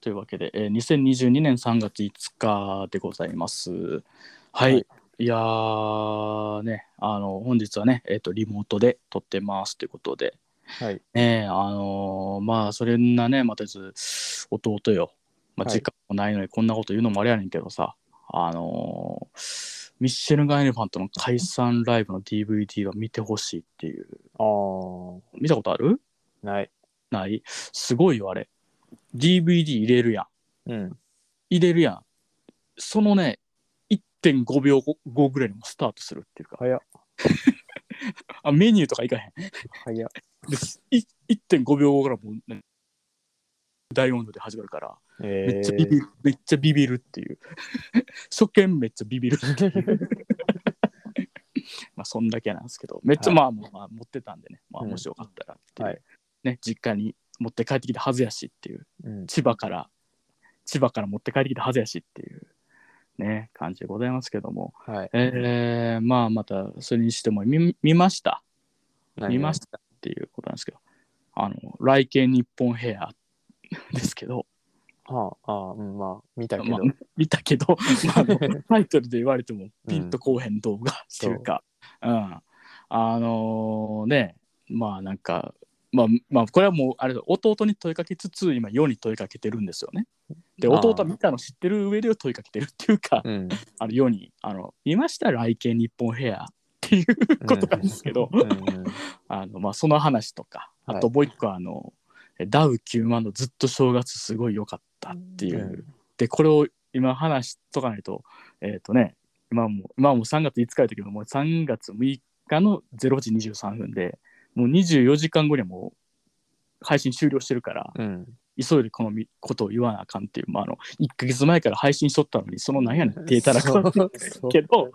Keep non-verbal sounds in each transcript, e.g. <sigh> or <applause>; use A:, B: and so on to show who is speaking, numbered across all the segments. A: というわけで、えー、2022年3月5日でございます。はい。
B: はい
A: い、やー、ね、あの、本日はね、えっ、と、リモートで撮ってますということで、
B: はい。
A: ねえ、あのーまあ、それんなね、またず、弟よ、まあ、
B: はい
A: 時間もないのにこんなこと言うのもあれやねんけどさ、あのーミッシェルガン・エレファントの解散ライブの DVD は見てほしいっていう。
B: あー、
A: 見たことある
B: ない。
A: ないすごいよ、あれ。DVD 入れるやん。
B: うん。
A: 入れるやん。そのね、1.5秒後後ぐらいにもうスタートするっていうか、
B: 早っ。
A: <laughs> あメニューとかいかへん。
B: 早っ。
A: ですい1.5秒後からもう、ね、大音量で始まるから、
B: え
A: めっちゃビビ
B: ー
A: る、めっちゃビビるっていう。 <laughs> 初見めっちゃビビる。 <laughs> まあ、そんだけなんですけど、めっちゃ、
B: はい
A: まあまあまあ持ってたんでね、まあ、
B: うん
A: もしよかったらっていう、
B: はい
A: ね、実家に持って帰ってきたはずやしっていう。
B: <laughs> うん。
A: 千葉から千葉から持って帰ってきたはずやしっていうね感じでございますけども、
B: はい。。
A: えー、まあまたそれにしても見見ました見ましたたっていうことなんですけどあの来県日本ヘアですけど、
B: はあ、あーうん、まあ、見たけ
A: ま
B: ど
A: あ。、見たけど、 <laughs> まああの、タイトルで言われてもピンとこうへん動画っていうか、うんあのーねまあなんかまあまあこれはもうあれだ弟に問いかけつつ今世に問いかけてるんですよね。で
B: あー
A: 弟は見たの知ってる上で問いかけてるっていうか、
B: うん。
A: あの世にあの見ました来県日本ヘアっていうことなんですけど、
B: うんうん
A: あのまあその話とかあともう一個あの、ダウ9万のずっと正月すごい良かったっていう、
B: うん
A: でこれを今話しとかないとえっ、とね今も今はもう3月5日やったけどもう3月6日の0時23分でもう24時間後にはもう配信終了してるから
B: うん。
A: 急いでこのみことを言わなあかんっていう、まあ、あの1ヶ月前から配信しとったのにそのなんやねんってたらかん
B: そう
A: けど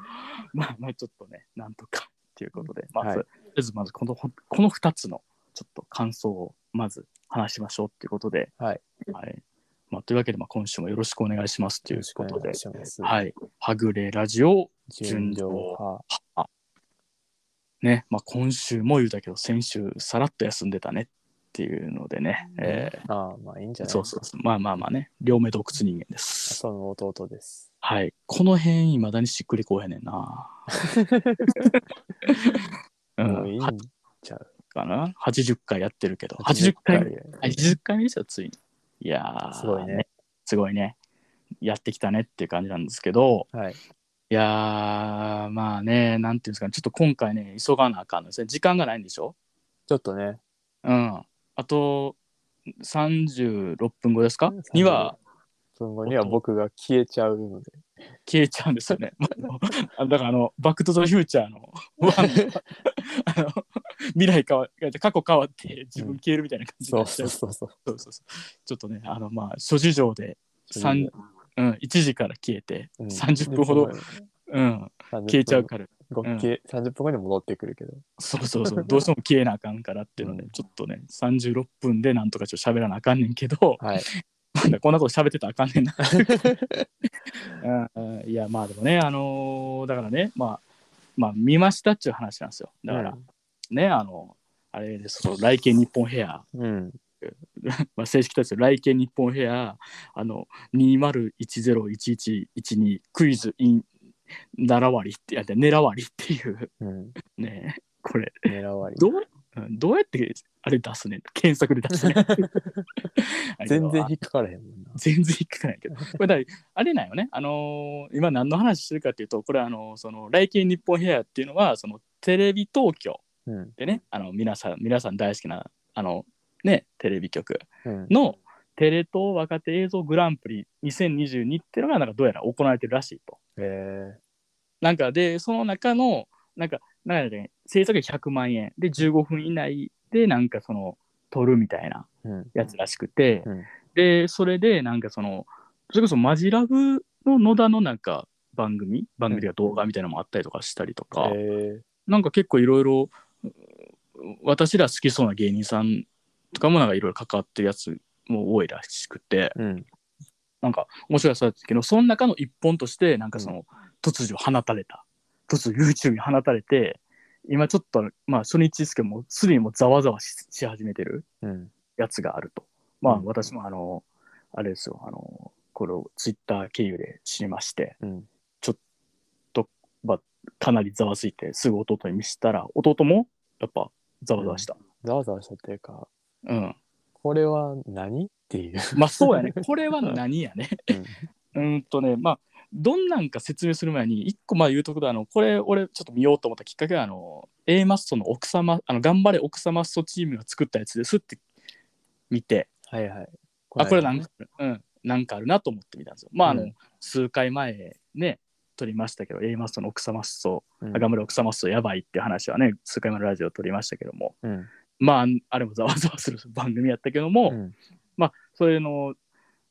A: まあまあちょっとねなんとかっていうことでまず、
B: はい
A: とりあえずまずこのほんこの2つのちょっと感想をまず話しましょうっていうことで、
B: はい
A: はいまあ、というわけで、まあ、今週もよろしくお願いします <laughs> ということで、
B: します。
A: はい、はぐれラジオ
B: 純情派。
A: ね、まあ、今週も言うたけど先週さらっと休んでたねっていうのでね、えー
B: ああ、まあ、いいんじゃない
A: そうそうそうまあまあまあね両目洞窟人間です。
B: その弟です。
A: はい。この辺、いまだにしっくりこうへんねん
B: <laughs>
A: な。う
B: もういい
A: ん、
B: ん
A: は
B: ちゃう。
A: かな ?80 回やってるけど、80回、80回目ですよ、ついに。いやー、
B: すごいね。
A: すごいね。やってきたねっていう感じなんですけど、
B: はい。
A: いやー、まあね、なんていうんですかね、ちょっと今回ね、急がなあかんのですね。時間がないんでしょ
B: ちょっとね。
A: うん。あと、36分後ですか
B: 36
A: には
B: 分後には僕が消えちゃうので。
A: 消えちゃうんですよね。 <laughs> あのだからあの、バックトゥザフューチャーの、ワンのあの未来変わって、過去変わって自分消えるみたいな感じに
B: そ
A: な
B: う
A: っち
B: そ
A: ゃう。
B: うそうそう。
A: そうそうそうちょっとね、あの、まあ、諸事情で、三うん、1時から消えて、
B: うん
A: 30分ほど、うん、消えちゃうから、
B: 合
A: うん
B: 計30分後に戻ってくるけど、
A: そうそう
B: <laughs>
A: そう、どうしても消えなあかんからっていうので、
B: うん
A: ちょっとね、36分でなんとかちょっと喋らなあかんねんけど、 <laughs>
B: はい、
A: なんだこんなこと喋ってたらあかん
B: <laughs>
A: ねんな。うんうんいやまあでもねあのーだからねまあまあ見ましたっちゅう話なんですよだからね、あのあれですその来県日本ヘア、
B: うん、
A: まあ、正式タイトル来県日本ヘアあの20101112クイズ in 習わりってやって狙わりっていう <laughs>
B: うん、
A: ねこれ
B: 狙われ
A: どううんどうやってあれ出すねん検索で出すねんあれ
B: <laughs> 全然引っかからへんもんな
A: 全然引っかかないけど。これだからあれなんよね。あのー今何の話してるかっていうと、これはあのーその、来県日本ヘアっていうのは、その、テレビ東京
B: うん
A: でね、あの、皆さん、皆さん大好きな、あの、ね、テレビ局
B: うん
A: の、テレ東若手映像グランプリ2022っていうのが、なんかどうやら行われてるらしいと。
B: えー、
A: なんかで、その中の、なんか、なんかね、制作費100万円で15分以内で、なんかその、撮るみたいな
B: うん
A: やつらしくて、
B: うん
A: でそれでなんかそのそれこそマジラブの野田のなんか番組番組というか動画みたいなのもあったりとかしたりとか、
B: えー、
A: なんか結構いろいろ私ら好きそうな芸人さんとかもなんかいろいろ関わってるやつも多いらしくて
B: うん
A: なんか面白いそうだったけどその中の一本としてなんかその、突如放たれた突如 YouTube に放たれて今ちょっとまあ初日ですけどもうすでにもうざわざわしし始めてる
B: うん
A: やつがあると。まあ
B: うん
A: 私もあの、あれですよ、あの、これをツイッター経由で知りまして、
B: うん。
A: かなりざわついて、すぐ弟に見せたら、弟もやっぱざわざわした。
B: ざわざわしたっていうか、
A: うん。
B: これは何っていう。
A: まあそうやね。これは何やね。
B: うん
A: うーんとね、まあ、どんなんか説明する前に、一個まあ言うとくと、あの、これ、俺、ちょっと見ようと思ったきっかけは、あの、A マッソの奥様、あの、頑張れ奥様ストチームが作ったやつですって見て、
B: はいはい。
A: あ、これな
B: の間
A: ん
B: ね
A: か、うん、なんかあるなと思ってみたんですよ。まあ、あの、
B: うん
A: 数回前ね、撮りましたけど、A マッソの奥様スト、
B: うん
A: あ頑張れ奥様ストやばいっていう話はね、数回前のラジオで撮りましたけども、
B: うん。
A: まあ、あれもざわざわする番組やったけども、
B: うん
A: それの、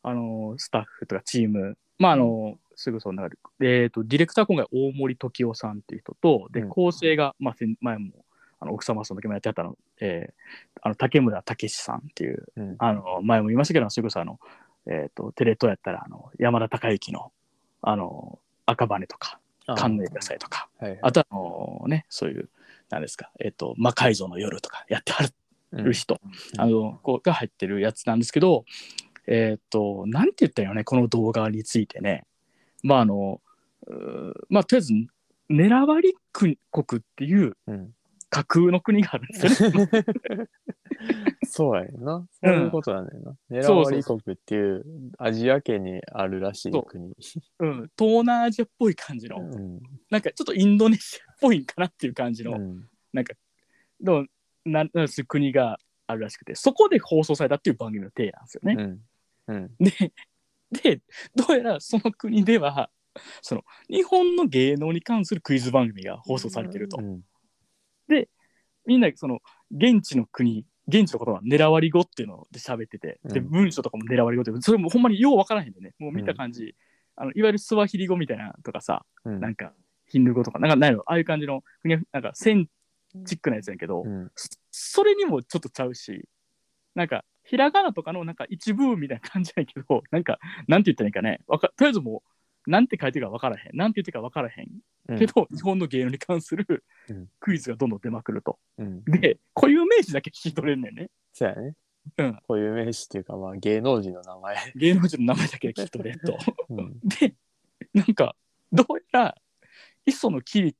A: あのスタッフとかチーム、まあ、あのすぐその中で、えーと、ディレクター今回大森時夫さんっていう人と、で、
B: うん
A: 構成が、まあ、先前も、あの奥様その時もやってはったの、えーあの竹村武史さんっていう、
B: うん
A: あの前も言いましたけど、それこそあの、えー、とテレ東やったらあの山田孝之のあの赤羽とか、
B: あ
A: 関連野菜とか、
B: はい
A: あとはあのね、そういう、なんですか、えっ、と、魔改造の夜とかやってはる
B: うん
A: る人、
B: ん
A: あのこうが入ってるやつなんですけどえっ、となんて言ったらいいのねこの動画についてねまああのうーまあとりあえず狙わり国国っていう
B: うん。
A: 架空の国があるんですよね。
B: そうやねんな。そういうことなんだよな。狙
A: そう
B: わ
A: そう
B: り国っていうアジア圏にあるらしい国。
A: うん、東南アジアっぽい感じの、
B: うん
A: なんかちょっとインドネシアっぽいんかなっていう感じの、
B: うん
A: なんかのななんです国があるらしくてそこで放送されたっていう番組の体なんですよね。
B: うん。うん。
A: ででどうやらその国ではその日本の芸能に関するクイズ番組が放送されてると、
B: うん
A: みんなその現地の国現地の言葉狙わり語っていうので喋っててで
B: うん
A: 文章とかも狙わり語ってそれもほんまによう分からへんでねもう見た感じ、あのいわゆるスワヒリ語みたいなのとかさ
B: うん
A: なんかヒンドゥー語とかなんかないのああいう感じのふにゃふなんかセンチックなやつやけど、
B: うん
A: そそれにもちょっとちゃうしなんかひらがなとかのなんか一部みたいな感じやけどなんかなんて言ったらいいんかねわかとりあえずもうなんて書いてるか分からへんなんて言ってるか分からへんけど、日本の芸能に関する
B: うん
A: クイズがどんどん出まくると
B: うん。
A: で固有名詞だけ聞き取れんねんね
B: そうやね。
A: うん
B: こういう名詞っていうか、まあ、芸能人の
A: <laughs>
B: 名前。
A: 芸能人の名前だけ聞き取れんと
B: <laughs> うん。
A: でなんかどうやら磯野キリ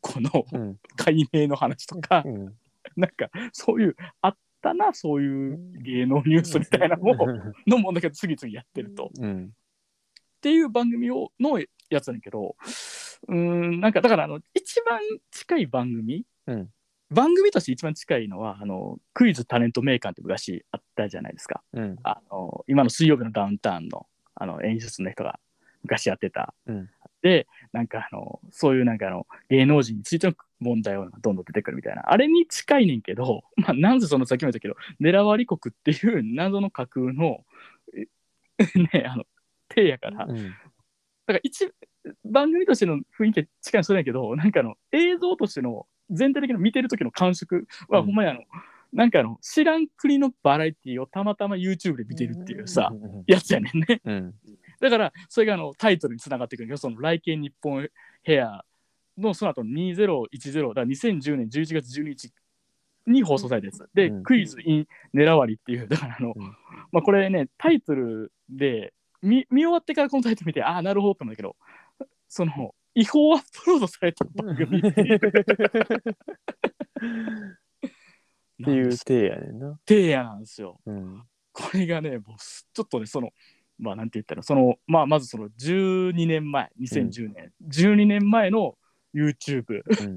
A: コの
B: うん。
A: 解明の話とか
B: うん
A: なんかそういうあったなそういう芸能ニュースみたいなのをのもんだけど次々やってると。っ
B: うん。
A: ていう番組をのやつなんやけどうーんなんかだからあの一番近い番組、
B: うん
A: 番組として一番近いのはあのクイズタレントメーカーって昔あったじゃないですか
B: うん。
A: あの今の水曜日のダウンタウンのあの演出の人が昔やってた。
B: うん
A: でなんかあのそういうなんかあの芸能人についての問題をどんどん出てくるみたいなあれに近いねんけど、 <laughs> まあ、なんせそのさっきも言ったけど狙わり国っていう謎の架空のえ <laughs> ねあの手やからだか
B: うん
A: ら一番組としての雰囲気は近いのそれやけどなんかあの映像としての全体的な見てる時の感触は
B: うん
A: ほんまにあの、なんかあの知らん国のバラエティをたまたま YouTube で見てるっていうさ、
B: うん
A: やつやねんね。
B: うん。
A: だから、それがあのタイトルにつながっていくんだけど、その来県日本ヘアのその後の2010、だから2010年11月12日に放送されたやつ。で、
B: うん
A: クイズ in 狙わりっていう、だからあの、
B: うん
A: まあこれね、タイトルで見見終わってからこのタイトル見て、ああ、なるほどって思うんだけど、その、違法アップロードされた番組っていう
B: っていう体やねんな。
A: 提案なんですよ。
B: うん。
A: これがね、もうすちょっとね、その、まあ、なんて言ったら、その、まあ、まずその12年前、2010年、12年前の YouTube
B: うん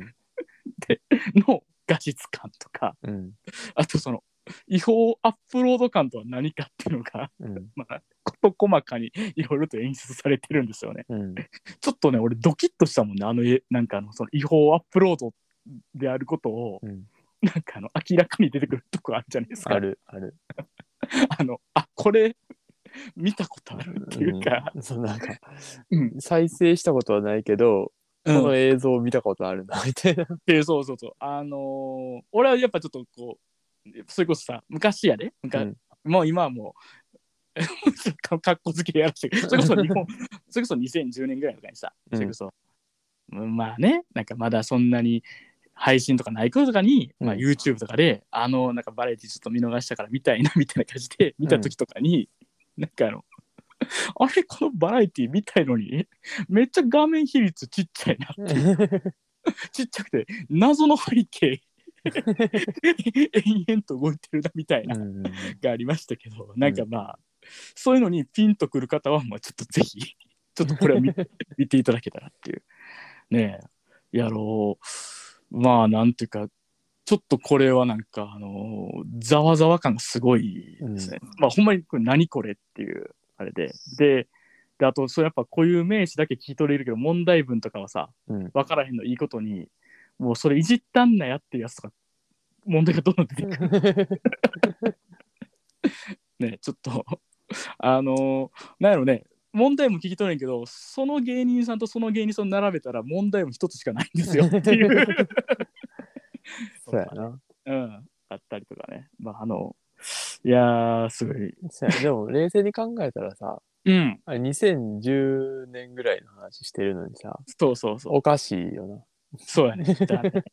A: の画質感とか、
B: うん。
A: あとその、違法アップロード感とは何かっていうのが、
B: うん。
A: まあ、事細かにいろいろと演出されてるんですよね。
B: うん。
A: ちょっとね、俺、ドキッとしたもんね、あの、えなんかあの、その違法アップロードであることを、
B: うん。
A: なんかあの、明らかに出てくるとこあるじゃないですか。
B: ある、ある。
A: あの、あ、これ、見たことあるっていうか、
B: うん、そうなんか、
A: うん
B: 再生したことはないけど、
A: うん
B: この映像を見たことあるなみたいな。
A: でそうそうそうあのー俺はやっぱちょっとこうそれこそさ昔やで昔、
B: うん
A: もう今はもう <laughs> かかっこつけやらしてそれこそ日
B: <laughs>
A: 本それこそ2010年ぐらいとかにさ
B: うん
A: それこそ、うんまあねなんかまだそんなに配信とかない頃とかに、まあ、<laughs>
B: うん
A: YouTube とかであのなんかバラエティちょっと見逃したからみたいなみたいな感じで見た時とかに、なんかあの、あれこのバラエティ見たいのに、めっちゃ画面比率ちっちゃいな。ちっちゃくて、謎の背景、 <laughs> 延々と動いてるなみたいな、がありましたけど、なんかまあ、そういうのにピンとくる方は、まあちょっとぜひ、 <laughs> ちょっとこれを見見ていただけたらっていう。ねえ、やろう。まあ、なんていうか、ちょっとこれはなんか、あのざわざわ感がすごいですね。まあ、ほんまにこれ何これっていう、あれで。で、であと、そうやっぱ固有名詞だけ聞き取れるけど、問題文とかはさ、
B: うん
A: 分からへんのいいことに、もうそれいじったんなやっていうやつとか、問題がどんどん出てくるね、ちょっと、 <laughs> あのなんやろね、問題も聞き取れんけど、その芸人さんとその芸人さんを並べたら問題も一つしかないん
B: <laughs>
A: ですよっていう、
B: そうやな。
A: うん、あったりとかね。まあ、あの、いやー、すごい。
B: そうやでも、冷静に考えたらさ、
A: うん、
B: あれ2010年ぐらいの話してるのにさ、
A: そうそうそう。
B: おかしいよな。
A: そうやね。だね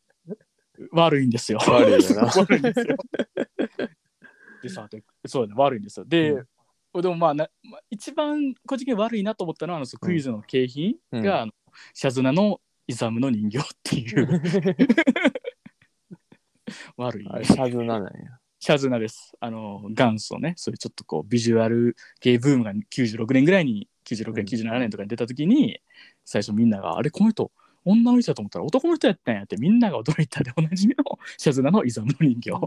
A: 悪いんですよ。
B: 悪いよな
A: <laughs> 悪いんですよ。でさ、でそうだね、悪いんですよ。で、でもまあな、まあ、一番個人的に悪いなと思ったのは、あのそのクイズの景品が、
B: うん
A: あのシャズナのイザムの人形っていう、 <laughs> 悪い。
B: <laughs> あれ、シャズナ
A: <laughs>
B: なんや。
A: シャズナです。あの、元祖ね、そういうちょっとこう、ビジュアル系ブームが96年ぐらいに、96年、97年とかに出た時に、最初みんなが、あれ、この人、女の人だと思ったら男の人やったんやって、みんなが驚いたでおなじみのシャズナのイザムの人形。
B: あ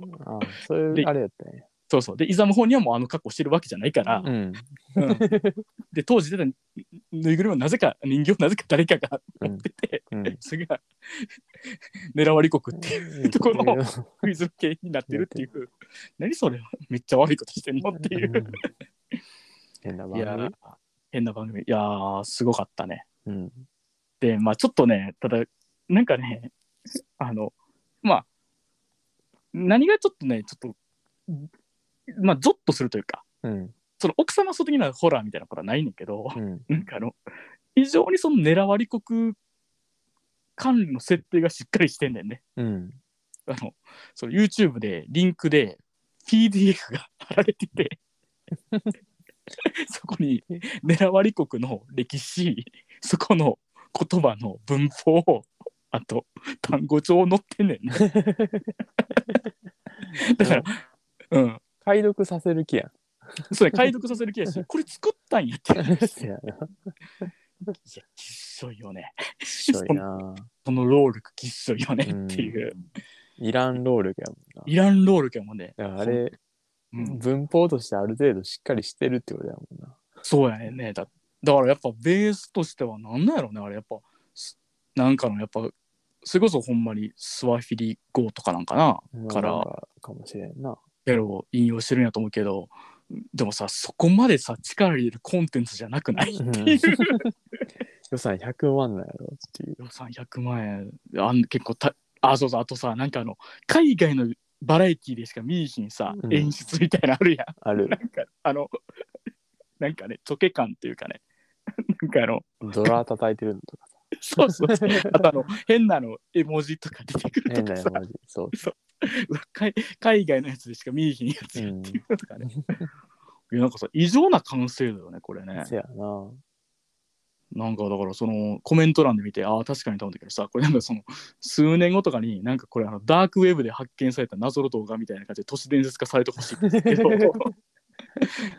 B: そうい
A: で
B: う、あれやったんや。
A: そうそう。で、イザム本人はもうあの格好してるわけじゃないから、
B: うん。
A: うんで、当時出たぬぬいぐるみはなぜか、人形をなぜか誰かが持ってて、
B: うん。
A: それが、 <laughs> 狙われ国っていうところ
B: うん
A: クイズ系になってるっていう、何それ、めっちゃ悪いことしてんのっていう。
B: 変ない番
A: や
B: 組
A: ー。変な番組いやーすごかったね
B: うん。
A: でまあちょっとねただなんかねあのまあ何がちょっとねちょっとまあゾッとするというか
B: うん。
A: その奥様素的なホラーみたいなことはないねんけど
B: うん。
A: なんかあの非常にその狙われ国管理の設定がしっかりしてんねんね
B: うん。
A: あのその YouTube でリンクで PDF が貼られて
B: <laughs>
A: てそこに狙われ国の歴史そこの言葉の文法あと単語帳載ってん
B: <laughs>
A: ねんねだからうん
B: 解読させる気
A: <laughs>
B: やん。 <laughs>
A: それ解読させる気やしこれ作ったんやっていや
B: そうやな。
A: きっしょいよね
B: しょいな。
A: その労力きっしょいよねっていう
B: イラン労力やもん
A: イラン労力やもんね、
B: な。だからあれ、
A: うん、
B: 文法としてある程度しっかりしてるってことやもんな。
A: そうやねんねだだからやっぱベースとしてはなんなんやろうねあれやっぱすなんかのやっぱそれこそほんまにスワフィリ語とかなんかなから
B: なんかもしれんな。
A: ペロを引用してるんやと思うけどでもさそこまでさ力入れるコンテンツじゃなくない
B: うん
A: っていう
B: 予算100万なんやろっていう。
A: 予算100万円あん結構たあそうそうあとさなんかあの海外のバラエティでしか見いひんさ、
B: うん
A: 演出みたいなのあるやん
B: ある
A: なんかあのなんかね溶け感っていうかね <laughs> なんかあの
B: ドラ叩いてるのとかさ。
A: そう <laughs> そうそう。あとあの、変なの絵文字とか出てくると
B: 変だ
A: か
B: よ
A: さ、、
B: マジ。そう。
A: 海海外のやつでしか見えへんやつ
B: う
A: やっ <laughs>
B: ん。
A: ていうのとかね。いやなんかさ、異常な完成度よね、これね。
B: せやな。
A: なんかだから、そのコメント欄で見て、ああ、確かにと思ったけどさ、これなんかその、数年後とかに、なんかこれあの、ダークウェブで発見された謎の動画みたいな感じで、都市伝説化されてほしいんですけ
B: <laughs>
A: ど。い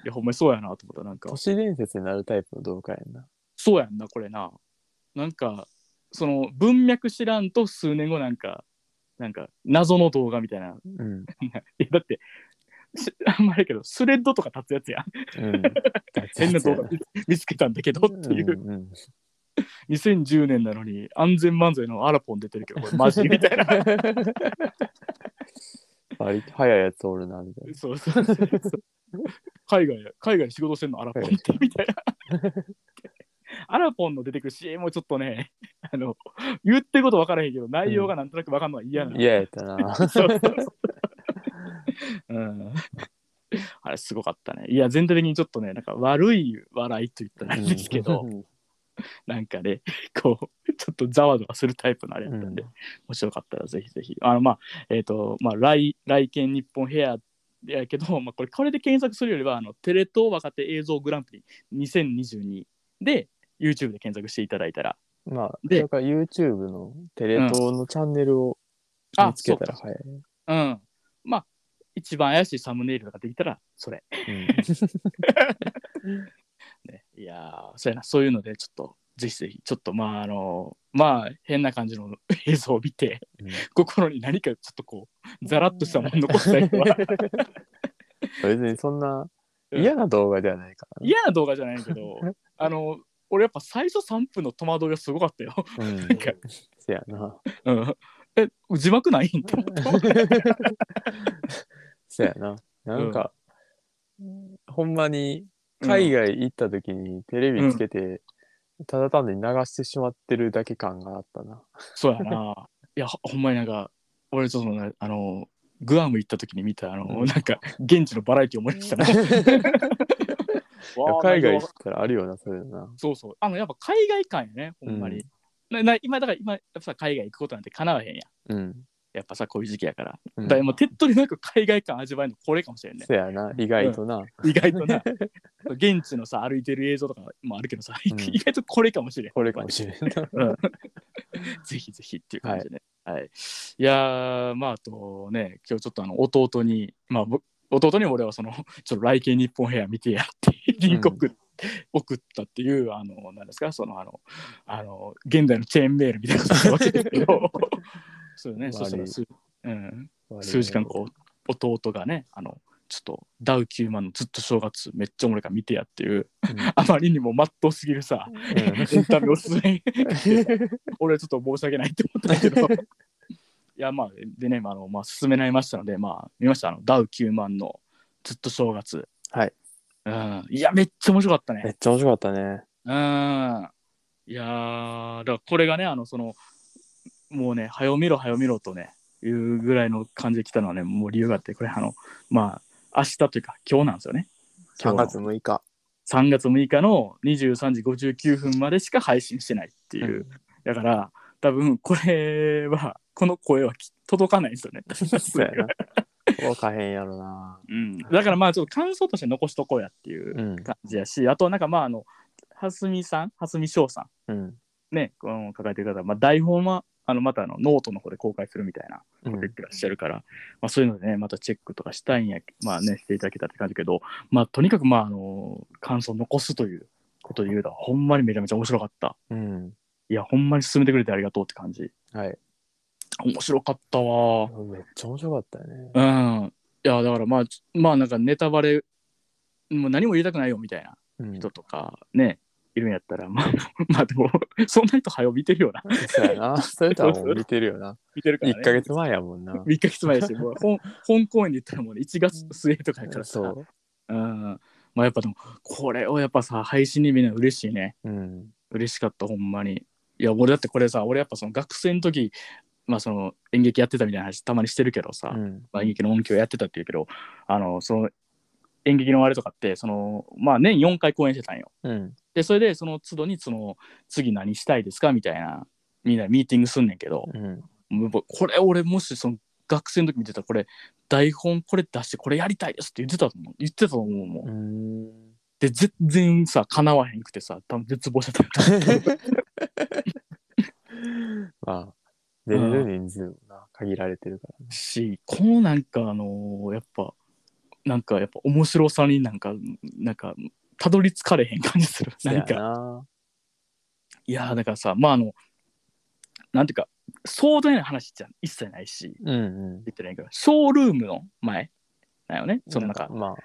A: や、ほんまにそうやなと思った、なんか
B: 都。市伝説になるタイプの動画やんな。
A: そうやんなこれななんかその文脈知らんと数年後なんかなんか謎の動画みたいな
B: うん。
A: いやだってし <laughs> あんまりやけどスレッドとか立つやつやん
B: うん。
A: <laughs> 変な動画見見つけたんだけどっていう、
B: んん
A: 2010年なのに安全漫才のアラポン出てるけどこれマジ
B: <laughs>
A: みたいな
B: 割と早いやつおるな、みたい
A: そうそうそう海外で海外で仕事してんのアラポンってみたいなアラポンの出てくる CM もちょっとねあの言ってること分からへんけど内容がなんとなく分かんのは嫌な
B: な。嫌やったな。
A: そうそうそううんあれすごかったね。いや、全体的にちょっとね、なんか悪い笑いと言ったらあれ <laughs> ですけど、
B: うん。
A: なんかね、 <laughs> こう、ちょっとざわざわするタイプのあれだったんで、面白かったらぜひぜひ。あの、まあ、えっ、と、まあ来、来県日本ヘアやけど、 <laughs> まあ、これこれで検索するよりはあのテレ東若手映像グランプリ2022で YouTube で検索していただいたら
B: まあ、
A: で
B: だから YouTube のテレ東のチャンネルを
A: あ
B: 見つけたら早い。
A: うん。まあ、一番怪しいサムネイルとかできたら、それ。 <laughs> ね、いやーそうやな、そういうので、ちょっと、ぜひぜひ、ちょっと、まあ、あのまあ、変な感じの <laughs> 映像を見て、
B: うん
A: 心に何かちょっとこう、ザラッとしたもの残したりとか、
B: 別にそんな
A: うん
B: 嫌な動画ではないからね。
A: 嫌な動画じゃないけ
B: <laughs>
A: ど、あの、俺やっぱ最初3分の戸惑いがすごかったよ。 <laughs>
B: うん
A: か
B: せや
A: <laughs>
B: な。
A: うん。え、字幕ないんって思った。
B: せやな。なんか、ほんまに海外行った時にテレビつけて、ただ単に流してしまってるだけ感があったな。
A: そうや
B: <laughs>
A: な。いや、ほほんまになんか、俺ちょっとな、あの、グアム行った時に見た、あの、
B: うん
A: なんか、現地のバラエティ思い出したな。わあ
B: <laughs> 海外
A: なん
B: 行っ
A: か
B: たらあるよな、そういうのな。
A: そうそう。あの、やっぱ海外感やね、ほんま
B: う
A: に
B: ん。
A: なな今、だから今、やっぱさ、海外行くことなんて叶わへんやん。
B: うん。
A: やっぱさ、こういう時期やから。
B: う
A: だ
B: ん
A: からもう手っ取りなく海外感味わえるのこれかもしれんね。
B: せやな、意外とな。
A: 意外とな。 <laughs> 現地のさ、歩いてる映像とかもあるけどさ、
B: う
A: <laughs>
B: ん
A: 意外とこれかもしれん。
B: これかもしれんな。
A: <laughs> ぜひぜひっていう感じでね。はい。い、やー、まあ、あとね、今日ちょっとあの弟に、まあ、ぼ弟に俺はその、 <laughs> ちょっと来県日本ヘア見てやって、リンク送っ送ったっていう、あの、なんですか、その、あの、あの、現代のチェーンメールみたいなことするわけですけ <laughs> ど、そうね、そしたらす、うん、数時間後、弟がね、あの、ちょっとダウ9万のずっと正月めっちゃおもろいから見てやっていう、
B: うん
A: <laughs> あまりにもまっとうすぎるさ、エンタメおすすめ俺ちょっと申し訳ないって思ったけ
B: <laughs>
A: どいやまあでね、まああのまあ、進められましたのでまあ見ましたあのダウ9万のずっと正月
B: はい
A: うんいやめっちゃ面白かった
B: め
A: ね
B: っちゃ面白かったね。
A: うんいやーだからこれがねあのそのもうね早見ろ早見ろとねいうぐらいの感じで来たのはねもう理由があってこれあのまあ明日というか今日なんですよね今
B: 3
A: 日
B: 月6日。
A: 3月6日の23時59分までしか配信してないっていう、だから多分これはこの声はき届かないんですよね
B: <laughs> そうやな。分かへんやろな。
A: うん、だからまあちょっと感想として残しとこうやっていう
B: うん。
A: 感じやしあとはなんかまああの蓮見さん蓮見翔さ
B: うん。
A: んねこの抱えてる方、まあ、台本はあのまたあのノートの方で公開するみたいな
B: う
A: こと言っ
B: ん
A: てらっしゃるから、まあ、そういうのでねまたチェックとかしたいんやまあねしていただけたって感じだけどまあとにかくまああの感想を残すということで言うとほんまにめちゃめちゃ面白かった
B: うん。
A: いやほんまに進めてくれてありがとうって感じ
B: はい。
A: 面白かったわー
B: めっちゃ面白かったよね。
A: うん。いや、だからまあ、ちまあなんかネタバレ、もう何も言いたくないよみたいな
B: うん。
A: 人とかね、いるんやったら、まあ、 <laughs> まあでも、そんな人早う見てるよな。
B: そうやな。そういう人はもう見てるよな。
A: 見てるから、ね。
B: 1ヶ月前やもんな。
A: 一ヶ月前やし、
B: <laughs>
A: もう本本公演で言ったらもうね1月末とかやからさ。
B: そう。
A: うん。まあやっぱでも、これをやっぱさ、配信に見るのは嬉しいね。
B: うん。
A: 嬉しかった、ほんまに。いや、俺だってこれさ、俺やっぱその学生の時、まあその演劇やってたみたいな話たまにしてるけどさ、
B: うん。
A: まあ、演劇の音響やってたっていうけどあのその演劇のあれとかってその、まあ、年4回公演してたんよ
B: うん。
A: でそれでその都度にその次何したいですかみたいなみんなでミーティングすんねんけど、
B: うん。
A: もうこれ俺もしその学生の時見てたらこれ台本これ出してこれやりたいですって言ってたと思う言ってたと思うもん、
B: うん。
A: で全然さ叶わへんくてさ多分絶望してた
B: まあ、出れる人数もな、限られてるか
A: しこのなんかあのーやっぱなんかやっぱ面白さになんかなんかたどり着かれへん感じ
B: <laughs>
A: する
B: ら。
A: 何か
B: せやな。
A: いやーだからさまああのなんていうか壮大な話じゃ一切ないし
B: うん
A: 言ってないけどショールームの前だよね
B: うん。
A: そのなんか
B: まあ、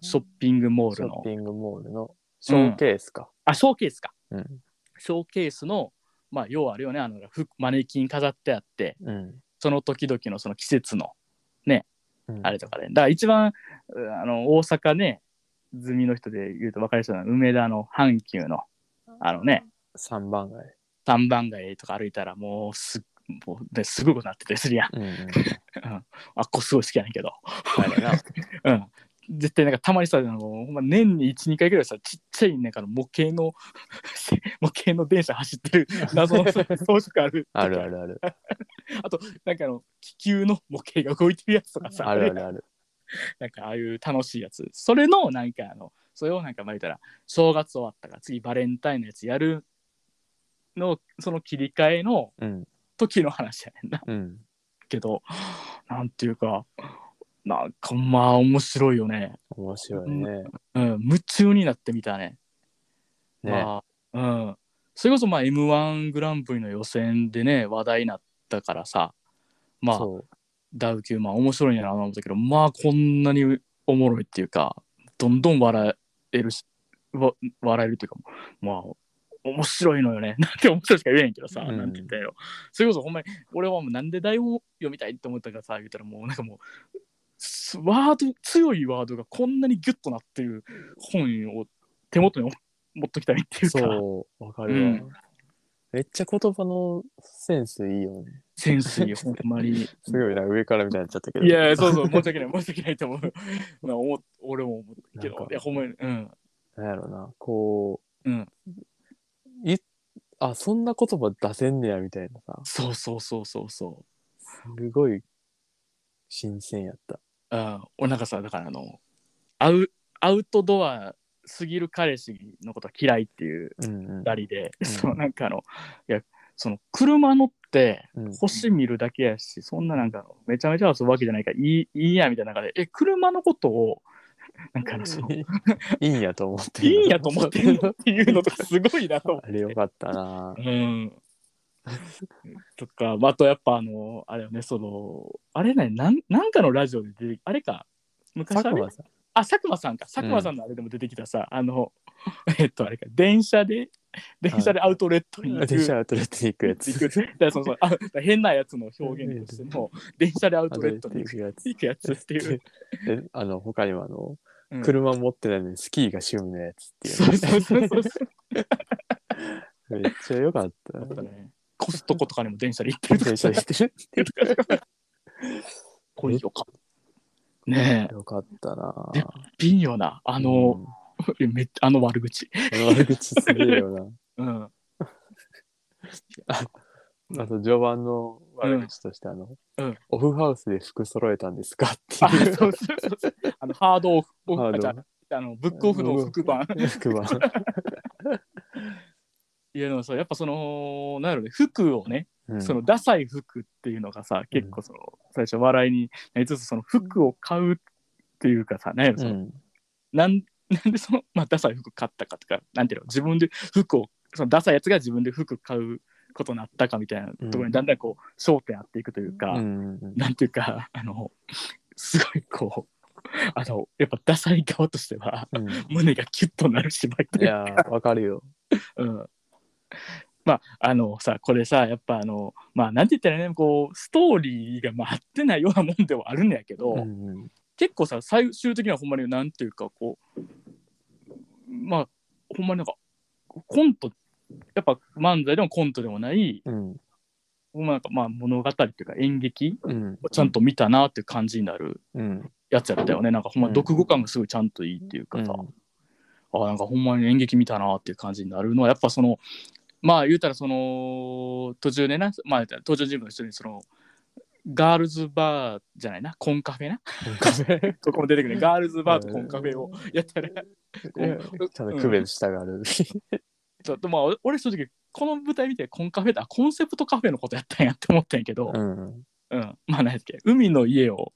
A: ショッピングモー
B: シ
A: ル
B: ョッ
A: の
B: ピングモールのショーケースか。
A: あショーケースか
B: うん。
A: ショーケースのまあ要はあるよねあの服マネキン飾ってあって
B: うん。
A: その時々のその季節の
B: うん
A: あれとかでだから一番うあの大阪ね済みの人で言うと分かりそうな梅田の阪急のあのね
B: 三番街。
A: 三番街とか歩いたらもうすっもうですごいことなってたりするやん
B: うんうん。
A: あっこすごい好きやねんけど
B: あれな。
A: うん。絶対なんかたまにさ、あのほんま年に1、2回ぐらいさ、ちっちゃいなんかあの模型の <laughs> 模型の電車走ってる謎のさ装飾ある。
B: <laughs> あるあるある。
A: なんかあの気球の模型が動いてるやつとかさ、
B: あるあるある。
A: なんかああいう楽しいやつそれのなんかあのそれをなんかまあ言ったら正月終わったから次バレンタインのやつやるのその切り替えの
B: うん。
A: 時の話やねんな
B: うん。
A: けどなんていうかなんかまあ面白いよね、
B: 面白いね。
A: うん、夢中になってみたね
B: ね。
A: まあうん、それこそまあ m 1グランプリの予選でね話題になったからさまあ
B: そ
A: ダウ級まあ面白いんやなと思ったけどまあこんなにおもろいっていうかどんどん笑えるしわ笑えるっていうかまあ面白いのよね <laughs> なんて面白いしか言えへんけどさ、
B: うん。
A: なんて言ったんやろそれこそほんまに俺はもうなんで台本読みたいって思ったかさ言ったらもうなんかもうすワード強いワードがこんなにギュッとなってる本を手元にお持っときたいっていううか
B: そう。わかる
A: う
B: わ
A: ん。
B: めっちゃ言葉のセンスいいよね。
A: センスいいほんま
B: <laughs>
A: に
B: すごいな、上からみたいになっちゃったけど。
A: い <laughs> やいや、そうそう、申し訳ない、申し訳ないと思う。まあ、思っ俺も思ったけ
B: なん
A: ど
B: か、
A: いや、ほんまに、うん。
B: <laughs> なんやろな、こう、
A: うん
B: いあ、そんな言葉出せんねや、みたいなさ、
A: そうそうそうそうそ
B: すごい新鮮やった。
A: う。うん、俺なんかさ、だからあの、アウアウトドアすぎる彼氏のことは嫌いっていう
B: うんうん
A: 二人で、
B: ん
A: そのなんかあの、いや、その車乗って
B: うん
A: 星見るだけやし、そんななんかめちゃめちゃ遊ぶわけじゃないから、いいいいやみたいな中で、え、車のことを、なんかあのその
B: <laughs> いいんやと思っ
A: <laughs>
B: て
A: いいんやと思ってるのっていうのとかすごいなと思って
B: <laughs> あれよかったな
A: う。ん。とか、あとやっぱあの、あれよね、その、あれね、なんなんかのラジオで出てあれか、昔あ
B: 佐久
A: れ
B: 間さん。
A: あ、佐久間さんか、佐久間さんのあれでも出てきたさ、あの、 <laughs> えっと、あれか、電車で、電車でアウトレットに行く。
B: 電車アウトレットに行くやつ。
A: 行くだからそのそうあだから変なやつの表現としても、電車でアウ
B: ア
A: ト
B: ウト
A: レ
B: レ
A: ッ
B: ッ
A: ト
B: ト
A: に
B: に
A: 行く
B: 行くやつ。
A: 行くやつっていう。
B: で、あの、他にもあの、
A: うん
B: 車持ってないのにスキーが趣味のやつっていう
A: そうそうそうそう。
B: の。 <laughs> めっちゃよかった。
A: だから
B: <laughs>
A: ねコストコとかにも電車で行ってると
B: 電
A: か
B: 車行ってる。
A: こいよか。ねえ、
B: よかったな。
A: で微妙な、あの、
B: うん、
A: いやめっちゃあの悪口。
B: 悪口すげえよな。
A: <laughs> うん。
B: あと序盤の悪口として、あの、
A: うん
B: オフハウスで服揃えたんですかっ
A: <laughs>
B: て
A: あ、そう
B: いう
A: そうそう。あの、ハードオフ、オフ
B: ハー
A: あ
B: ド
A: じゃああのブックオフの副版。
B: 服は。
A: い <laughs> や、でもそう、やっぱその、なんやろね、服をね、
B: うん
A: その、ダサい服っていうのがさ、結構その、最初笑いになりつつ、その服を買うっていうかさ、なんやろ、
B: う
A: その、
B: ん、
A: なん、 <laughs> なんでその、まあ、ダサい服買ったかとか、なんていうの、自分で服を、そのダサいやつが自分で服買うことになったかみたいなところ
B: うん
A: に、だんだんこう、焦点あっていくというか、
B: うんうん
A: なんていうか、あの、すごいこう、あの、やっぱダサい側としては、
B: うん
A: 胸がキュッとなる芝居と
B: い
A: いう
B: やー、わかるよ。
A: うん。まあ、あのさ、これさ、やっぱあの、まあ、なんて言ったらね、こう、ストーリーが回ってないようなもんではあるんやけど、
B: うんうん
A: 結構さ、最終的にはほんまに、なんていうか、こう、まあ、ほんまになんか、コント、やっぱ漫才でもコントでもない、
B: うん
A: ほんまなんかまあ物語っていうか演劇
B: うん
A: をちゃんと見たなっていう感じになる
B: うん
A: やつやったよねなんかほんま
B: うん
A: 読語感がすごいちゃんといいっていうかさ、あなんかほんまに演劇見たなっていう感じになるのはやっぱそのまあ言うたらその途中でな、まあ、登場人物の一人にそのガールズバーじゃないなコンカフェな <laughs> ここも出てくるねガールズバーとコンカフェをやったら、
B: いやちゃんと区別したがる。
A: ちょっとまあ俺俺正直この舞台見てコンカフェだコンセプトカフェのことやったんやって思ったんやけど
B: う、ん。
A: うんまあ何やっけ海の家を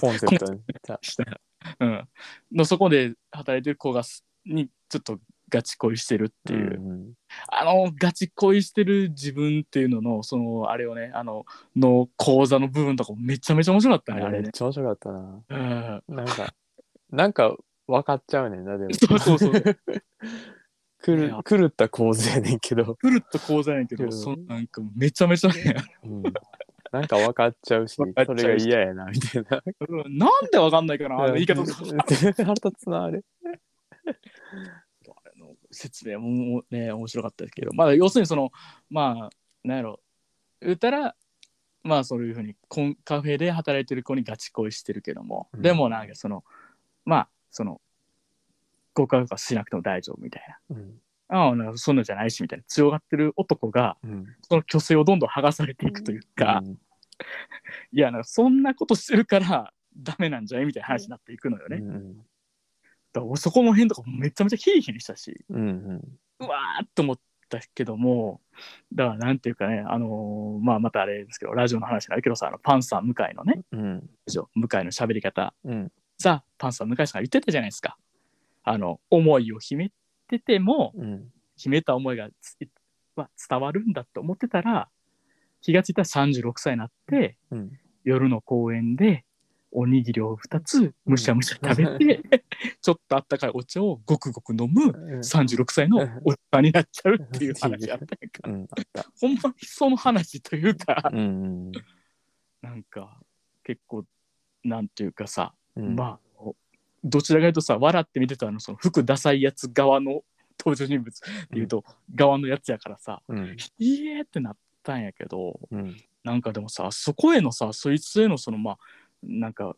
B: コンセプトに。
A: したら、うん、のそこで働いてる子がすにちょっとガチ恋してるっていう、
B: うん
A: あのガチ恋してる自分っていうののそのあれをねあのの講座の部分とかもめちゃめちゃ面白かった
B: あ
A: ねあ
B: れ
A: れ
B: めっ
A: ね。
B: ちゃ面白かったな。
A: うん、
B: なんか、 <laughs> なんか分かっちゃうねんな、でも。
A: そうそう <laughs> そう
B: く
A: い
B: る
A: や
B: 狂った構図やねんけど、
A: ふるっと講座やねんけ
B: う
A: ど
B: ん
A: そのなんかめちゃめちゃね
B: うんなんか分かっちゃうし、そ
A: 分かっちゃうし
B: れが嫌やな、みたいな。
A: <laughs> うんなんでわかんないかなあの言い方とか
B: 腹立つな、あれ。
A: あの説明もね面白かったけどまあ要するにそのまあなんやろ言ったらまあそういうふうにコンカフェで働いてる子にガチ恋してるけども、
B: うん
A: でもなんかそのまあその告白はしなくても大丈夫みたいな。
B: うん。
A: ああ、なんかそんなんじゃないしみたいな強がってる男が
B: うん。
A: その虚勢をどんどん剥がされていくというか、いやなんかそんなことしてるからダメなんじゃないみたいな話になっていくのよね。だか
B: うん
A: ら俺そこの辺とかめちゃめちゃヒリヒリしたし、
B: うんうん
A: うわーっと思ったけども、だからなんていうかね、あのーまあまたあれですけど、ラジオの話になるけどさ、あのパンサー向井のね、
B: うん
A: ラジオ向井の喋り方、
B: うん
A: さ、パンサー向井さんが言ってたじゃないですか。あの、思いを秘めてても、
B: うん
A: 秘めた思いがつは伝わるんだと思ってたら気がついたら36歳になって
B: うん
A: 夜の公園でおにぎりを2つむしゃむしゃ食べて、ちょっとあったかいお茶をごくごく飲む
B: うん
A: 36歳のおっさんになっちゃうっていう話あったんやん
B: う
A: か
B: んあった
A: ほんまにその話という
B: <laughs>
A: か
B: うん
A: なんか結構なんていうかさ、
B: うん
A: <laughs> まあどちらかというとさ笑って見てたあのその服ダサいやつ側の登場人物っていうと、側のやつやからさ
B: うん
A: いえってなったんやけど
B: うん
A: なんかでもさそこへのさそいつへのそのまあなんか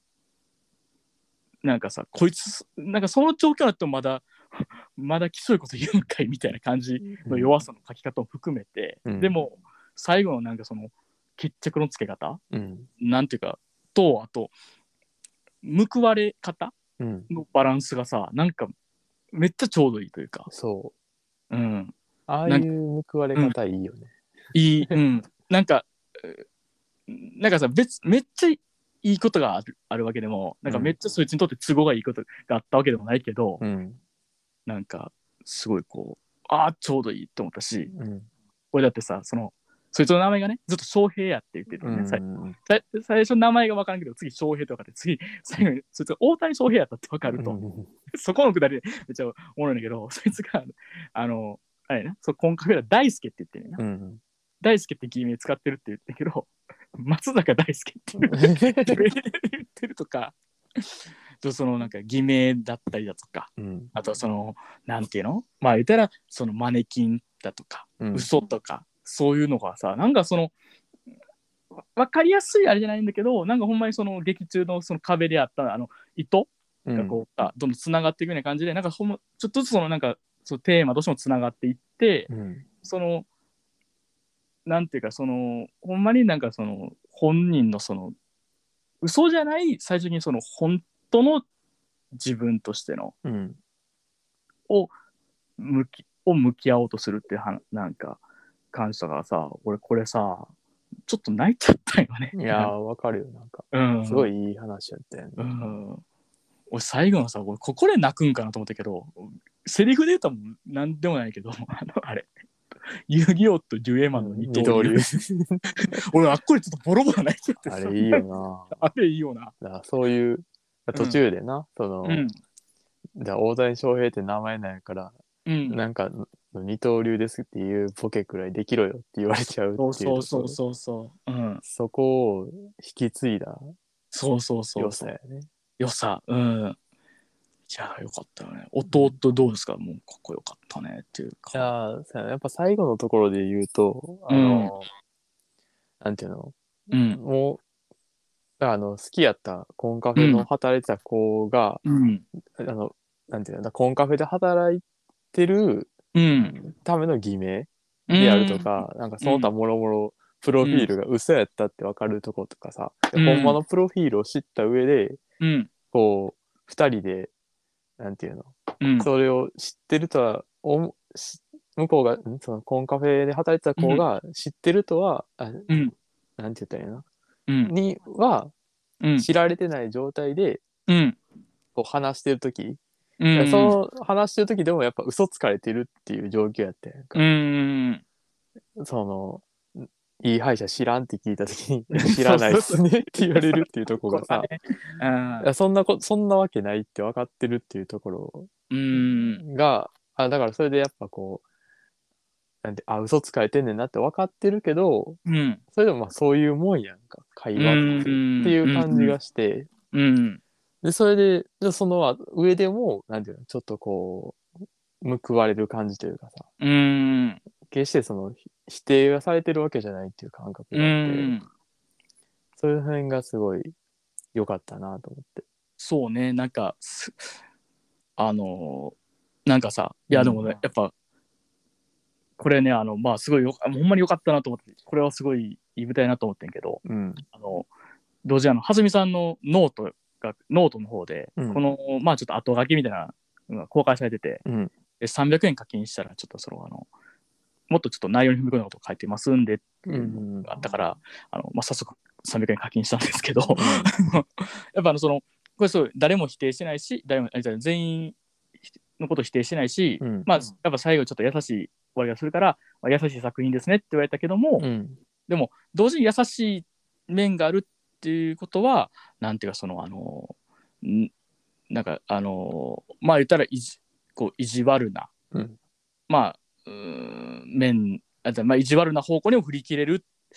A: なんかさこいつなんかその状況だとまだまだきついこと言うんかいみたいな感じの弱さの書き方も含めて、
B: うん
A: でも最後のなんかその決着のつけ方
B: うん
A: なんていうかとあと報われ方
B: うん
A: のバランスがさなんかめっちゃちょうどいいというか、
B: そう
A: うん、
B: ああいう報われ方いいよね
A: い
B: <laughs>
A: い、うん、なんか、えーなんかさ、別、めっちゃいいことがあるあるわけでも、なんか
B: うん
A: めっちゃそいつにとって都合がいいことがあったわけでもないけど、
B: うん
A: なんか、すごいこう、ああ、ちょうどいいと思ったし、
B: うん
A: 俺だってさ、その、そいつの名前がね、ずっと翔平やって言ってた
B: う
A: よね、
B: ん
A: さいさ最初名前が分からんけど、次翔平とかで、次、 <laughs> 最後に、そいつが大谷翔平やったって分かると、 <laughs> そこのくだりでめっちゃおもろいんだけど、そ <laughs> いつが、あの、あれやな、そう今回は大輔って言ってるよ
B: <laughs>
A: な。
B: うん
A: 大輔って偽名使ってるって言ってるけど <laughs> 松坂大輔っていう言ってるとかとそのなんか偽名だったりだとか
B: うん
A: あとそのなんていうのまあ言ったらそのマネキンだとか
B: うん
A: 嘘とかそういうのがさなんかそのわ分かりやすいあれじゃないんだけどなんかほんまにその劇中のその壁であったあの糸がこう、あどんどんつながっていくような感じでなんかほんまちょっとずつそのなんかそのテーマとしてもつながっていって、
B: うん
A: そのなんていうかそのほんまになんかその本人のその嘘じゃない最終的にその本当の自分としての
B: うん
A: 向きを向き合おうとするっていうはなんか感じたからさ俺これさちょっと泣いちゃったよね。
B: いやーわかるよなんか
A: うん、
B: すごいいい話やったよね
A: うん、俺最後のさ俺ここで泣くんかなと思ったけどセリフで言うとなんでもないけどあ <laughs> のあれ遊戯王とデュエマンの二
B: 二
A: 刀
B: 刀
A: 流
B: 流
A: <laughs> 俺あっこでちょっとボロボロ泣いちゃって
B: あ
A: さ
B: れいいよ
A: <laughs> あれいいよな。
B: なだからそういう途中でなその
A: うん。
B: だから大谷翔平って名前なんやから
A: うん。
B: なんか二刀流ですっていうボケくらいできろよって言われちゃうってい
A: そううそうそう
B: う
A: そうそう。うん。
B: そこを引き継いだ
A: そうそうそう。
B: 良さやね
A: 良さ。うん。いや、よかったよね。弟どうですかもうかっこよかったねっていう
B: い
A: か。
B: やーそうやなやっぱ最後のところで言うとあの、なんていうの
A: うん。
B: もうあの好きやったコンカフェの働いてた子が、
A: うん。
B: あのなんていうのコンカフェで働いてる
A: うん。
B: ための偽名であるとか、なんかその他もろもろプロフィールが嘘やったって分かるとことかさ、
A: うん
B: ほんまのプロフィールを知った上で
A: うん。
B: こう二人でなんていうの、
A: うん。うん。
B: それを知ってるとはおもし向こうがんそのコンカフェで働いてた子が知ってるとは、あ
A: うん。
B: なんて言ったらいいの
A: うん。
B: には
A: うん。
B: 知られてない状態で
A: うん。
B: こう話してる時、
A: うん。
B: その話してる時でもやっぱ嘘つかれてるっていう状況やったやんか
A: う、ん。
B: そのいい歯医者知らんって聞いた時に
A: <laughs>
B: 知らないっすねって言われるっていうところがさ
A: うん
B: いやそんなこそんなわけないって分かってるっていうところ
A: うん。
B: があだからそれでやっぱこうなんてあ嘘つかれてんねんなって分かってるけど
A: うん。
B: それでもまあそういうもんやんか会話って
A: うん
B: っていう感じがして
A: うん。
B: でそれででそのあ上でもなんていうのちょっとこう報われる感じというかさ
A: うん。
B: 決してそのひ否定がされてるわけじゃないっていう感覚
A: う
B: があって。
A: ん。
B: そういう辺がすごい良かったなと思って。
A: そうねなんかすあのーなんかさいやでもね、
B: うん
A: やっぱこれねあのまあすごいよほんまに良かったなと思ってこれはすごいいい舞台なと思ってんけど
B: うん。
A: あの同時にあのはずみさんのノートがノートの方で、
B: うん
A: この、まあちょっと後書きみたいなのが公開されてて、
B: うん
A: で300円課金したら、ちょっとその、あの、もっとちょっと内容に踏み込んだことを書いてますんでっていうのがあったから、あのまあ、早速300円課金したんですけど、 <laughs> やっぱあのその、これすごい誰も否定してないし、誰もあじゃあ全員のことを否定してないし、
B: うん
A: まあ、やっぱ最後ちょっと優しい終わりがするから、まあ、優しい作品ですねって言われたけども、
B: うん
A: 同時に優しい面があるっていうことはなんていうかそのあのんなんかあのまあ言ったらいじこう意地悪な、
B: うん
A: まあうーん面あじゃあまあ意地悪な方向にも振り切れるっ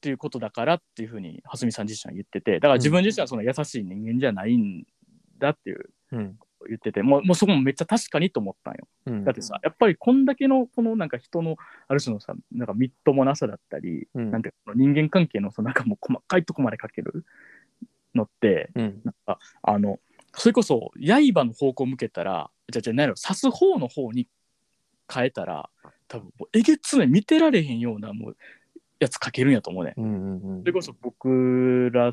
A: ていうことだからっていうふうに蓮見さん自身は言っててだから自分自身はその優しい人間じゃないんだっていう
B: うん
A: 言っててもうもうそこもめっちゃ確かにと思ったんよ。
B: うん
A: だってさやっぱりこんだけのこのなんか人のある種のさなんかみっともなさだったり、
B: うん
A: なんていうかその人間関係のそのなんかもう細かいとこまで書けるのって
B: うん
A: なんかあのそれこそ刃の方向向けたらじゃあじゃあ何やろ刺す方の方に変えたら多分もうえげつない見てられへんようなもうやつ書けるんやと思うね。
B: うんうんうん
A: それこそ僕ら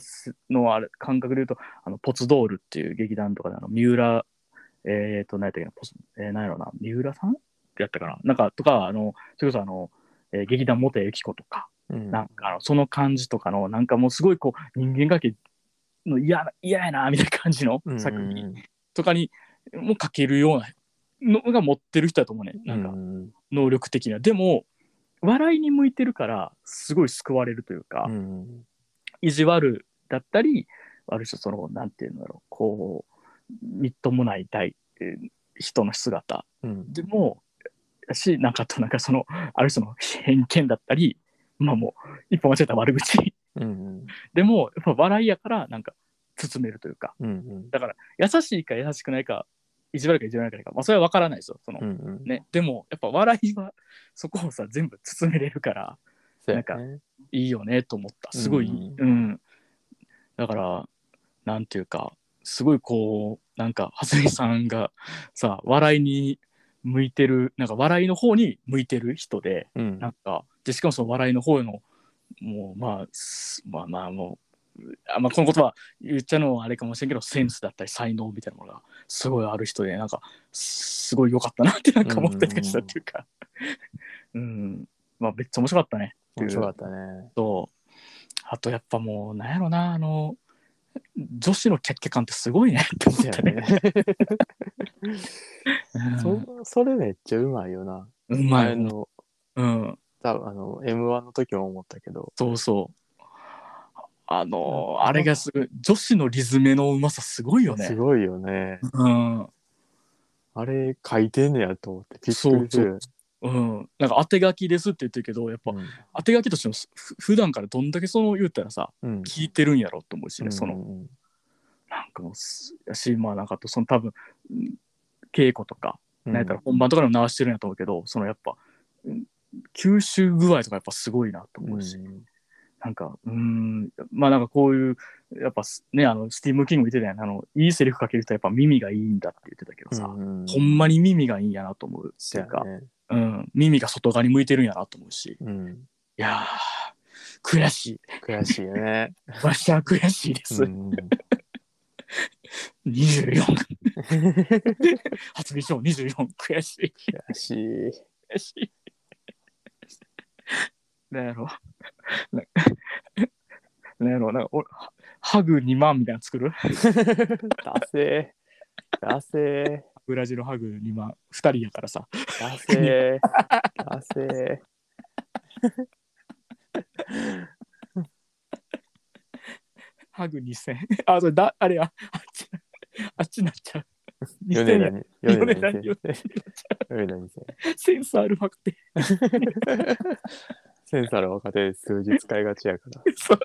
A: のあれ感覚で言うとあのポツドールっていう劇団とかであの三浦えっ、と何やったっけなポツ、えー、何やろうな三浦さんやったかななんかとかあのそれこそあの、えー劇団元由紀子とか
B: うん
A: なんかあのその感じとかのなんかもうすごいこう人間関係の嫌な嫌やなみたいな感じの
B: うん
A: 作品
B: うん
A: とかにも書けるようなのが持ってる人だと思うねなん
B: う
A: か
B: ん
A: 能力的な、でも笑いに向いてるからすごい救われるというか、
B: うん
A: 意地悪だったりある種そのなんていうんだろうこうみっともない大えー人の姿
B: うん
A: でもやしなんかあとなんかそのある種の偏見だったりまあもう一歩間違えたら悪口
B: うん
A: でもやっぱ笑いやからなんか包めるというか
B: うんうん
A: 優しいか優しくないか意地悪いか意地悪くないか、まあ、それは分からないですよその、
B: うんうん
A: ね、でもやっぱ笑いはそこをさ全部包めれるから
B: そうや
A: なんか
B: ね
A: いいよねと思ったすごい、うん
B: う
A: だからなんていうかすごいこうなんか蓮見さんがさ笑いに向いてるなんか笑いの方に向いてる人で
B: うん
A: なんかでしかもその笑いの方のもうまあすまあまあもうあまあ、この言葉言っちゃうのはあれかもしれんけどセンスだったり才能みたいなものがすごいある人でなんかすごい良かったなってなんか思ったりとかしたっていうかうんまあめっちゃ面白かったね
B: 面白かったね
A: とあとやっぱもうなんやろなあの女子のキャッキャ感ってすごいねって思
B: そう
A: っ
B: や
A: たね。
B: ね
A: う
B: そ
A: ん
B: それめっちゃうまいよな
A: うま
B: あ
A: い、
B: の
A: うん、
B: 多分あの M1 の時も思ったけど
A: そうそう。あの
B: うん
A: あれがすごい女子のリズムのうまさすごいよ
B: す
A: ね。
B: ごいよね
A: うん
B: あれ書いてんねやと思ってびっくりする
A: うん、なんか当て書きですって言ってるけどやっぱ
B: うん
A: 当て書きとしてもふ普段からどんだけその言ったらさ
B: うん
A: 聞いてるんやろって思うしね、その
B: うん
A: なんかもうすやしまあなんかあとその多分うん稽古とか
B: うん
A: なんやったら本番とかでも直してるんやと思うけど、そのやっぱ、うん吸収具合とかやっぱすごいなと
B: う
A: 思
B: ん
A: うし、なんか、うーん、まあなんかこういう、やっぱすね、あの、スティーム・キング言ってたやん、あの、いいセリフ書ける人はやっぱ耳がいいんだって言ってたけどさ、
B: うん
A: ほんまに耳がいいんやなと思うってい
B: そ
A: うう
B: や
A: か、
B: ね
A: うん、耳が外側に向いてるんやなと思うし、
B: うん
A: いやー、悔しい。
B: 悔しい
A: <laughs>
B: よね
A: わしは悔しいです。
B: うん
A: 24、初見賞24、悔しい。
B: 悔しい
A: 悔しい。なんやろななんやろなんか俺ハハグ2万みたいなの作る
B: ダセーダセ
A: ブラジルハグ2万2人やからさ
B: ーダセーダセー
A: ハグ2000あ <laughs> それだあれやあっちあっちなっちゃう
B: 米
A: 2000
B: 田
A: や
B: に
A: 米
B: 米
A: 田
B: 田
A: に
B: に米田に
A: センスあるばくて <laughs>
B: センサーの若手数字使いがちやから
A: そう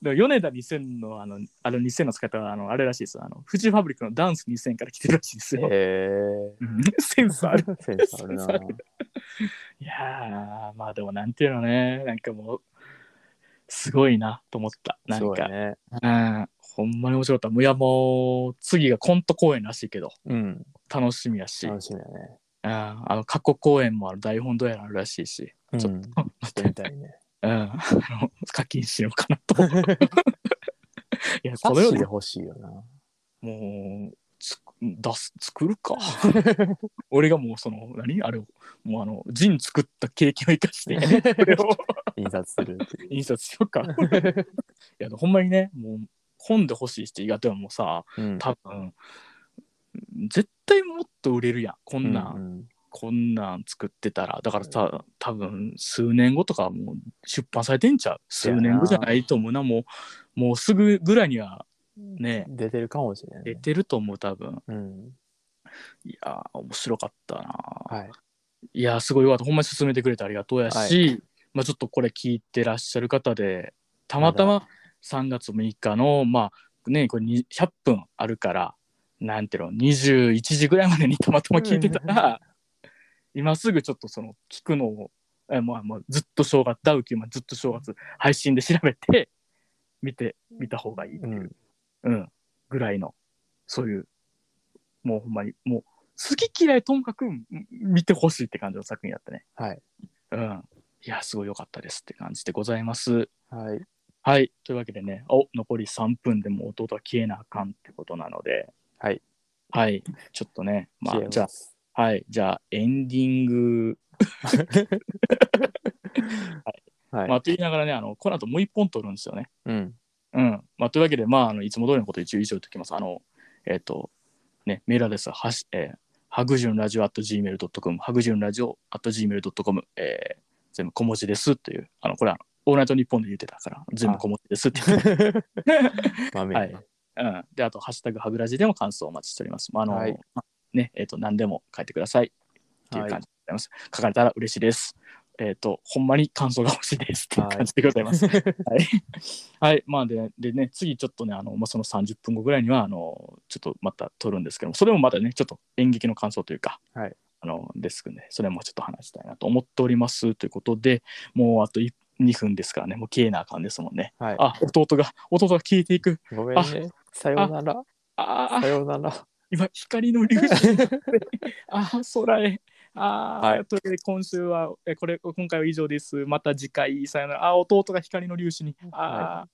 A: でも米田2000のあのあの2000の使い方はあのあれらしいですあのフジファブリックのダンス2000から来てるらしいですよ、
B: え
A: うん <laughs> センスある
B: ー、センサーあるない
A: やーまあでもなんていうのねなんかもうすごいなと思った <laughs> な
B: そ
A: ん
B: う
A: か
B: やね
A: うん、ほんまに面白かったいやもう次がコント公演らしいけど
B: うん
A: 楽しみやし、うん
B: 楽、しみやね
A: あの過去公演もある台本どうやらあるらしいし、
B: う
A: ち
B: んち
A: ょ
B: ょ
A: っ
B: っ
A: と <laughs>
B: とみたいね
A: うん、あの課金しようかなといや、
B: サ
A: この
B: ッ
A: 世
B: シで
A: で
B: 欲しい
A: <laughs>
B: よな。
A: もう、つく出す、作るか。俺がもうその、何あれを、もうあの、ジン作った経験を生か
B: <laughs>
A: して、これを
B: 印刷するってい
A: <laughs> 印刷しようか。いや、ほんまにね、もう、本で欲しい人以外ではもうさ、
B: う。うん
A: 多分、絶対もっと売れるやん。こんなん、
B: うんうん
A: こんなん作ってたら。だからさ、多分、数年後とかはもう出版されてんちゃう。数年後じゃないと思うな、もう、もうすぐぐらいには、ね、
B: 出てるかもしれない
A: 出
B: ね。
A: てると思う、多分。
B: うん。
A: いやー、面白かったな。
B: はい。
A: い、やー、すごいよかった。ほんまに勧めてくれてありがとうやし、まあ、ちょっとこれ聞いてらっしゃる方で、たまたま3月6日の、まあね、これに100分あるから、なんていうの、21時ぐらいまでにたまたま聞いてたら、今すぐちょっとその聞くのを、えまあ、まあずっと正月、ダウキューマンずっと正月配信で調べて、見て、見た方がいい。
B: うん。
A: うん、ぐらいの、そういう、もうほんまに、もう、好き嫌いともかくん見てほしいって感じの作品だったね。
B: はい。
A: うん。いや、すごい良かったですって感じでございます。
B: はい。
A: はい。というわけでね、お、残り3分でもう弟は消えなあかんってことなので、
B: はい。
A: はい。ちょっとね、ま
B: 消え
A: あ、
B: ます
A: じゃあ、はい。じゃあ、エンディング、
B: はい。
A: まあ、と言いながらね、あの、この後もう1本撮るんですよね。
B: うん。
A: うん。まあ、というわけで、まあ、あのいつも通りのこと一応以上言っておきます。あの、えっ、と、ね、メールアドレスは、はし、えー、はぐじゅんラジオ at gmail.com、はぐじゅんラジオ at gmail.com、えー、全部小文字ですという、あの、これは、オールナイトニッポンで言ってたから、全部小文字ですって言って
B: 豆。
A: はいうん。で、あと、ハッシュタグはぐらじでも感想をお待ちしております。まあ、あの、
B: はい
A: ね、えっ、と、何でも書いてくださいっていう
B: はい
A: 感じでございます。書かれたら嬉しいです。えっ、と、ほんまに感想が欲しいですっていう感じでござい
B: <laughs>
A: ます。はい。はい。まあで、でね、次ちょっとね、あの、まあ、その30分後ぐらいには、あの、ちょっとまた撮るんですけども、それもまたね、ちょっと演劇の感想というか、
B: はい
A: あの、ですね、それもちょっと話したいなと思っておりますということで、もうあと1 2分ですからね、もう消えなあかんですもんね。
B: はい。
A: あ、弟が、弟が消えていく。
B: ごめんね。さようなら。
A: ああ
B: さ、よ
A: <laughs>
B: うなら。
A: 今光の粒
B: <laughs>
A: 子ああ空へああ、
B: はい
A: というわけで今週はえこれ今回は以上ですまた次回さよならあー弟が光の粒子にあー、